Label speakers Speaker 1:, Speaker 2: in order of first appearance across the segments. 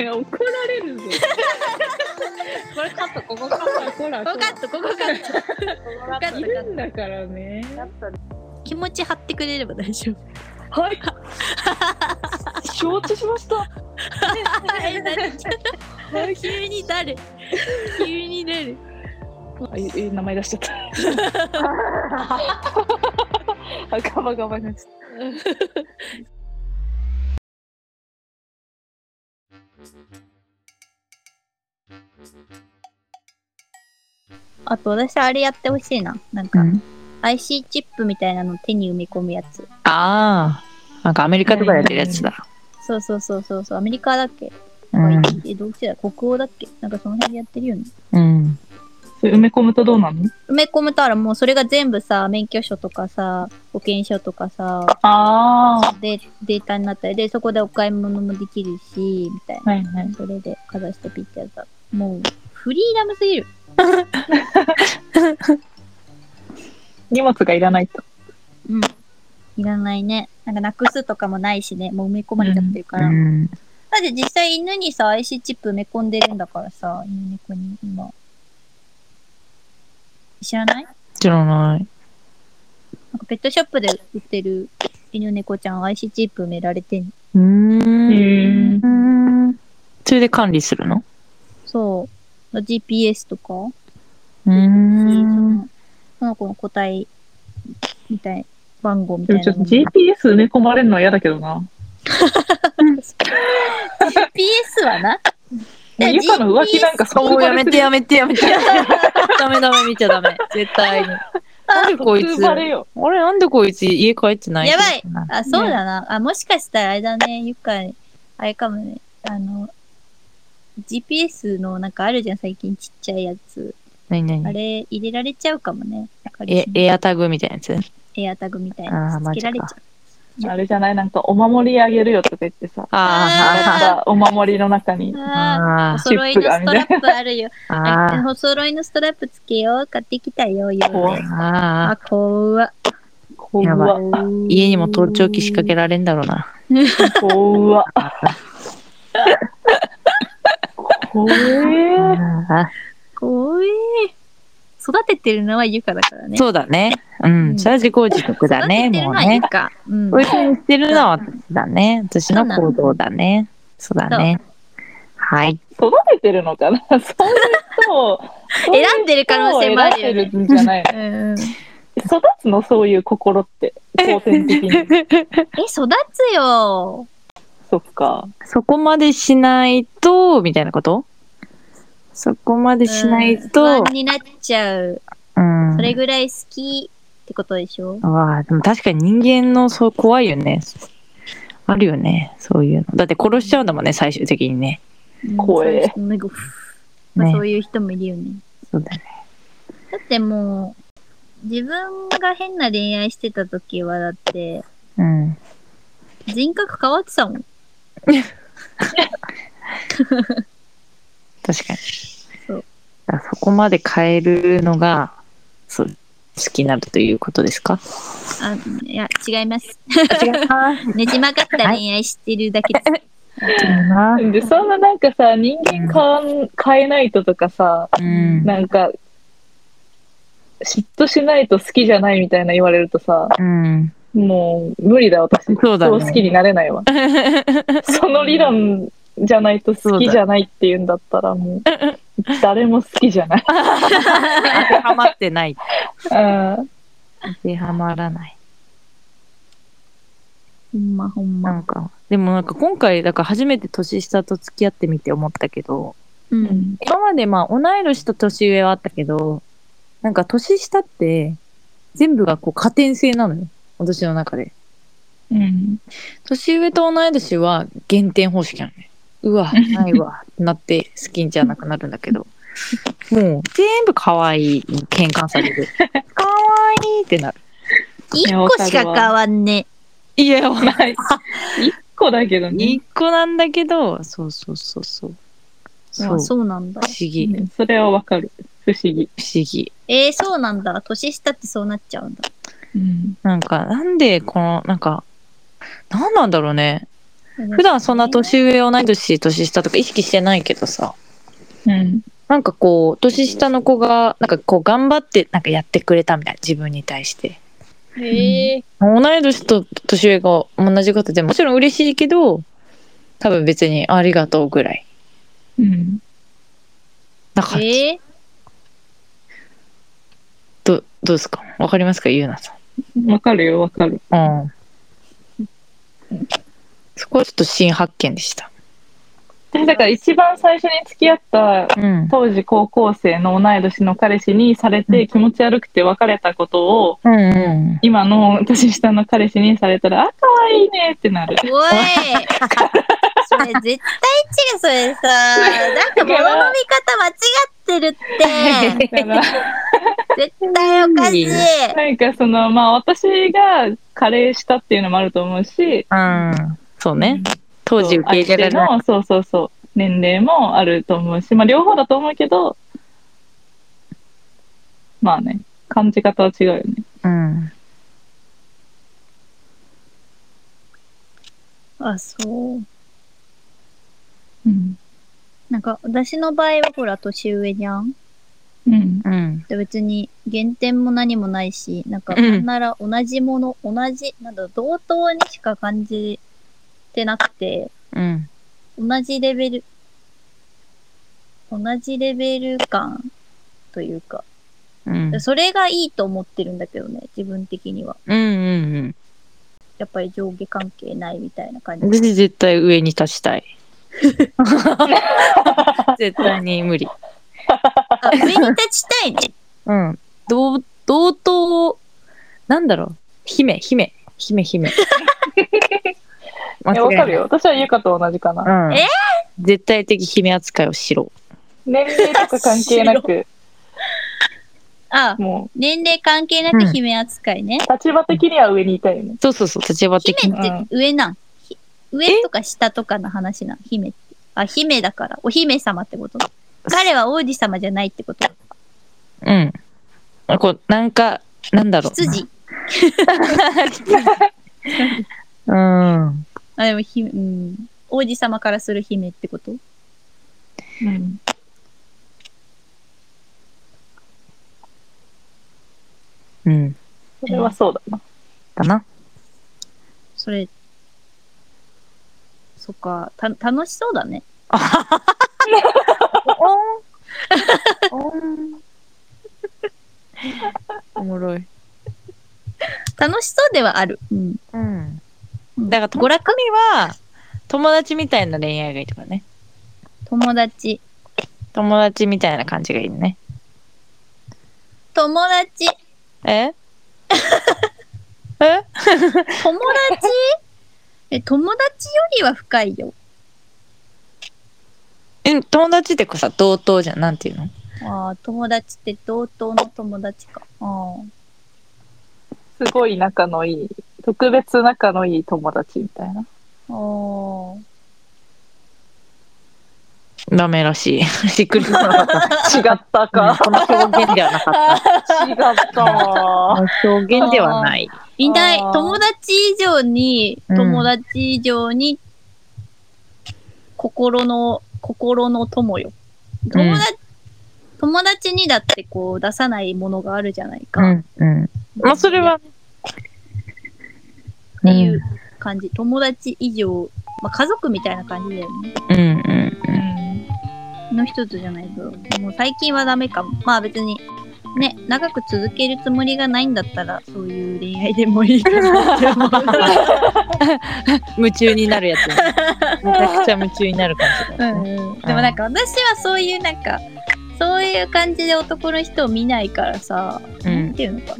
Speaker 1: いや怒られるぞ。これカット、ここカット、こら、
Speaker 2: ここカットここカット
Speaker 1: こらいるんだからね。
Speaker 2: 気持ち張ってくれれば大丈夫
Speaker 3: はい。承知しました。
Speaker 2: え何急に誰急に誰
Speaker 3: あ、いい名前出しちゃった。あ、ガバガバになっちゃっ
Speaker 2: あと私あれやってほしいななん
Speaker 3: た。
Speaker 2: か、IC チップみたいなの手に埋め込むやつ
Speaker 4: ああ、なんかアメリカとかやってるやつだ。
Speaker 2: そうそうそうそうそうアメリカだっけ、
Speaker 4: うん。
Speaker 2: えどっちだ国王だっけなんかその辺でやってるよね
Speaker 4: うん。
Speaker 3: それ埋め込むとどうなの
Speaker 2: 埋め込むたらもうそれが全部さ免許証とかさ保険証とかさ
Speaker 3: あ
Speaker 2: でデータになったりでそこでお買い物もできるしみたいな
Speaker 3: あ。はいはい。
Speaker 2: それでかざしてピッてやったもうフリーダムすぎる
Speaker 3: 荷物がいらないと。
Speaker 2: いらないねなんかなくすとかもないしねもう埋め込まれちゃってるから、
Speaker 4: うん
Speaker 2: だって実際犬にさ IC チップ埋め込んでるんだからさ犬猫に今知らない
Speaker 4: 知らな
Speaker 2: な
Speaker 4: い。
Speaker 2: んかペットショップで売ってる犬猫ちゃん IC チップ埋められてんの
Speaker 4: うーん。
Speaker 3: え
Speaker 4: うんそれで管理するの
Speaker 2: そう。GPS とか、
Speaker 4: う
Speaker 2: そ
Speaker 4: ーん。
Speaker 2: のその子の個体みたい、番号み
Speaker 3: で
Speaker 2: たい
Speaker 3: もちょっ
Speaker 2: なの
Speaker 3: と
Speaker 2: も。
Speaker 3: GPS 埋め込まれるのは嫌だけどな。
Speaker 2: GPS はな。いや
Speaker 3: ゆかの浮気なんかそ
Speaker 4: も
Speaker 3: う
Speaker 4: うやめてや
Speaker 3: め
Speaker 4: めてやめて。 ダメダメ見ちゃダメ。絶対に。なんでこいつ。
Speaker 3: バレよ。
Speaker 4: 俺なんでこいつ家帰ってない
Speaker 2: やばいあ、そうだな。あ、もしかしたらあれだね、ゆっか、あれかもね。あの、GPS のなんかあるじゃん、最近ちっちゃいやつ。
Speaker 4: 何
Speaker 2: あ
Speaker 4: 何
Speaker 2: れ入れられちゃうかもね。
Speaker 4: え、エアタグみたいなやつ
Speaker 2: エアタグみたい
Speaker 4: あー
Speaker 2: な
Speaker 4: マ
Speaker 2: つ
Speaker 4: ジ
Speaker 2: け
Speaker 4: から
Speaker 2: れちゃう。
Speaker 3: あれじゃないなんかお守りあげるよとか言ってさ。
Speaker 4: あ
Speaker 3: なんかお守りの中に。
Speaker 2: あーお
Speaker 4: ああ
Speaker 2: 揃いの
Speaker 3: チップが
Speaker 2: ス
Speaker 3: みたいな
Speaker 2: トラップあるよ。
Speaker 4: あああ
Speaker 2: お揃いのストラップつけよう。買ってきたよ、よ
Speaker 3: 怖
Speaker 2: で。
Speaker 4: あ
Speaker 2: あ、
Speaker 4: あ
Speaker 2: 怖っ
Speaker 3: 怖
Speaker 4: やば
Speaker 3: わ。
Speaker 4: 家にも盗聴器仕掛けられんだろうな。
Speaker 3: 怖わ。怖え。
Speaker 4: あ
Speaker 2: 怖え。育ててるのはゆかだから
Speaker 4: あ
Speaker 2: ね。
Speaker 4: そうだね。う。
Speaker 2: うんん
Speaker 4: それは自業自得だね。
Speaker 2: 育ててるの
Speaker 4: もう
Speaker 2: はゆ
Speaker 4: ね。
Speaker 2: か。うん。
Speaker 4: こういうふうにしてるのは私だね。私の行動だね。そうだね。はい。
Speaker 3: 育ててるのかなそういう人を。そういう人を
Speaker 2: 選んでる可能性もあるよね
Speaker 3: 選んでるんじゃないの
Speaker 2: うん、え
Speaker 3: 育つのそういう心って。後天的に。
Speaker 2: 育つよ
Speaker 3: そっか。
Speaker 4: そこまでしないと、みたいなことそこまでしない
Speaker 2: うん
Speaker 4: と
Speaker 2: 不安、になっちゃう
Speaker 4: うん。
Speaker 2: それぐらい好きってことでしょ
Speaker 4: わあ、でも確かに人間のそう怖いよね。あるよね、そういうの。だって殺しちゃうんだもんね、最終的にね。
Speaker 3: 怖え
Speaker 2: うんそういう人もまあ、
Speaker 4: ね
Speaker 2: そ、ういう人もいるよね
Speaker 4: そうだね。
Speaker 2: だってもう自分が変な恋愛してた時はだって
Speaker 4: うん。
Speaker 2: 人格変わってたもん
Speaker 4: 確かに。
Speaker 2: そう
Speaker 4: だからそこまで変えるのが、そう、好きになるということですか
Speaker 2: あいや違います
Speaker 4: 違うな。
Speaker 2: ねじ曲がった恋愛してるだけ です、
Speaker 4: 違うな。
Speaker 3: で、そんななんかさ、人間変わん変えないととかさ、
Speaker 4: うん。
Speaker 3: なんか、嫉妬しないと好きじゃないみたいな言われるとさ、
Speaker 4: うん。
Speaker 3: もう無理だ私。
Speaker 4: そうだね
Speaker 3: 好きになれないわ。その理論じゃないと好きじゃないって言うんだったらもう、誰も好きじゃない。
Speaker 4: 当てはまってない。
Speaker 3: うん
Speaker 4: 当てはまらない。
Speaker 2: ほんまほん
Speaker 4: な
Speaker 2: ま、
Speaker 4: んか、でもなんか今回、だから初めて年下と付き合ってみて思ったけど、
Speaker 2: うん、
Speaker 4: 今までまあ同い年と年上はあったけど、なんか年下って全部がこう加点制なのよ。私の中で。
Speaker 3: うん。
Speaker 4: 年上と同い年は減点方式なのね。う わ、ないわ、ってなって好きじゃなくなるんだけど。もう全部可愛いに転換される。 可愛いってなる。
Speaker 2: 一個しか変わんね
Speaker 4: いや、ほら、
Speaker 3: 一個だけどね。
Speaker 4: 一個なんだけど、そうそうそうそう。
Speaker 2: え。
Speaker 4: そ
Speaker 2: あ
Speaker 4: う。不
Speaker 2: そうなんだ。
Speaker 4: 思議。
Speaker 3: うんそれはわかる。不思議。
Speaker 4: 不思議。
Speaker 2: えー、そうなんだ。年下ってそうなっちゃうんだ。
Speaker 3: うん。
Speaker 4: なんか、なんでこの、なんか、なんなんだろうね。
Speaker 2: え
Speaker 4: 普段そんな年上同い年年下とか意識してないけどさ
Speaker 3: うん。
Speaker 4: なんかこう年下の子がなんかこう頑張ってなんかやってくれたみたいな自分に対して
Speaker 1: へえ。
Speaker 4: 同い年と年上が同じことでももちろん嬉しいけど多分別にありがとうぐらい
Speaker 3: うん。
Speaker 4: だから
Speaker 2: えー
Speaker 4: どどうですかわかりますかゆうなさ
Speaker 3: わかるよ、わかる。
Speaker 4: んうんそこはちょっと新発見でした
Speaker 3: だから一番最初に付き合った
Speaker 4: うん
Speaker 3: 当時高校生の同い年の彼氏にされ
Speaker 4: う
Speaker 3: て気持ち悪くて別れたことを
Speaker 4: うんうん
Speaker 3: 今の年下の彼氏にされたら、あ、可愛いねってなる。
Speaker 2: おいそれ絶対違う、それさ。なんか物の見方間違ってるっ
Speaker 3: だ
Speaker 2: て。
Speaker 3: から、
Speaker 2: 絶対おかしい。
Speaker 3: なんかその、まあ私が加齢したっていうのもあると思うし、
Speaker 4: うんそうね当時受け入
Speaker 3: 相
Speaker 4: れられ
Speaker 3: 手
Speaker 4: ない
Speaker 3: の、そうそうそう、年齢もあると思うし、まあ両方だと思うけど、まあね、感じ方は違うよね。
Speaker 4: うん
Speaker 2: あ、そう。
Speaker 3: うん。
Speaker 2: なんか、私の場合はほら、年上じゃん。
Speaker 3: うん。
Speaker 4: うん
Speaker 2: で別に減点も何もないし、なんか、
Speaker 4: うん
Speaker 2: なんなら同じもの、同じ、なんだろう、同等にしか感じてなくて、
Speaker 4: うん
Speaker 2: 同じレベル、同じレベル感というか、
Speaker 4: うん
Speaker 2: それがいいと思ってるんだけどね、自分的には。
Speaker 4: うんうん
Speaker 2: やっぱり上下関係ないみたいな感
Speaker 4: うん
Speaker 2: じ。
Speaker 4: 私絶対上に立ち たい絶対に無理
Speaker 2: あ、上に立ちたいね。
Speaker 4: うん同同等なんだろう姫姫姫姫 間
Speaker 3: いや、わ
Speaker 4: 違い
Speaker 3: か
Speaker 4: な
Speaker 3: る
Speaker 4: い
Speaker 3: よ。私はゆかと同じかな。
Speaker 4: うん
Speaker 2: え
Speaker 4: 絶対的姫扱いをしろ
Speaker 3: 年齢とか関係なく、
Speaker 2: あ、
Speaker 3: も
Speaker 2: 年齢関係な
Speaker 4: う
Speaker 2: く
Speaker 4: ん
Speaker 2: 姫扱いね。
Speaker 3: う、立場的には上にいたいよね。
Speaker 4: そうそうそう立場的に
Speaker 2: 姫って上なん。ひ上とか下とかの話なん。姫って。あ、姫だから。お姫様ってこと彼は王子様じゃないってこと
Speaker 4: うんこうなんかなんだろう
Speaker 2: 羊。
Speaker 4: うん
Speaker 2: あ、でも姫、うん。王子様からする姫ってこと
Speaker 3: うん。
Speaker 4: うん
Speaker 3: それはそうだな。
Speaker 4: だな
Speaker 2: それ。そっか。た、楽しそうだね。
Speaker 4: おもろい
Speaker 2: 楽しそうではある。うん。
Speaker 4: うん
Speaker 2: うん
Speaker 4: だから
Speaker 2: 娯楽
Speaker 4: 娯楽には友達みたいな恋愛がいいとかね
Speaker 2: 友達。
Speaker 4: 友達みたいな感じがいいね
Speaker 2: 友達。
Speaker 4: え え
Speaker 2: 友達 え、友達よりは深いよ。
Speaker 4: え友達ってこうさ同等じゃんなんていうの
Speaker 2: ああ、友達って同等の友達か。ああ。
Speaker 3: すごい仲のいい、特別仲のいい友達み たいな。
Speaker 2: ああ。
Speaker 4: ダメらしい しっくりこなかっ
Speaker 3: 違った
Speaker 4: た、 うん
Speaker 3: か。
Speaker 4: この表現ではなかった
Speaker 3: 違ったわ。
Speaker 4: 表現ではない
Speaker 2: いない。
Speaker 3: あー
Speaker 2: 友達以上に、
Speaker 4: うん
Speaker 2: 友達以上に、心の、心の友よ。友達、友達にだってこう出さないものがあるじゃないか。
Speaker 4: うんうんまあそれは
Speaker 2: っていう感じ。友達以上、まあ家族みたいな感じだよね。
Speaker 4: うんうん
Speaker 3: うん。
Speaker 2: の人とじゃないと。もう最近はダメかも。まあ別に、ね、長く続けるつもりがないんだったら、そういう恋愛でもい いかなって思う。
Speaker 4: 夢中になるや つめちゃくちゃ夢中になる感じだよね
Speaker 2: でもなんか私はそういうなんかそういう感じで男の人を見ないからさ、
Speaker 4: う
Speaker 2: 何
Speaker 4: ん
Speaker 2: なんていうのか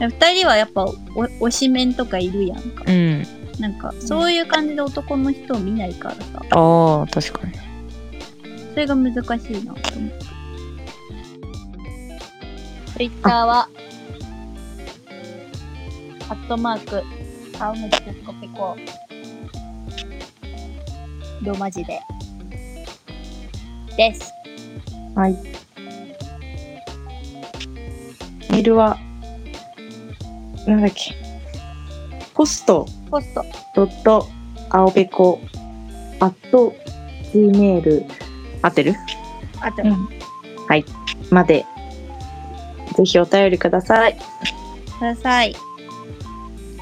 Speaker 2: な2人はやっぱお推しメンとかいるやんか
Speaker 4: うん
Speaker 2: なんかそういう感じで男の人を見ないからさ
Speaker 4: ああ確かに
Speaker 2: それが難しいなと思って。ツイッターは、アットマーク、青虫ペコペコ。ローマ字で。です。
Speaker 4: メールはなんだっけポスト
Speaker 2: ポスト。
Speaker 4: ドット青べこ、アット、gmail
Speaker 5: 合ってる
Speaker 2: あと、
Speaker 3: うん
Speaker 4: まで、ぜひお便りください。
Speaker 2: ください。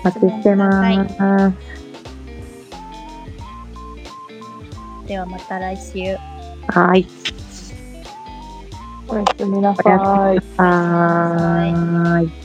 Speaker 4: お待ちしてます。
Speaker 2: ではまた来週。
Speaker 4: はい。
Speaker 3: おやすみな
Speaker 4: おやすみ
Speaker 3: さい。
Speaker 4: はーい。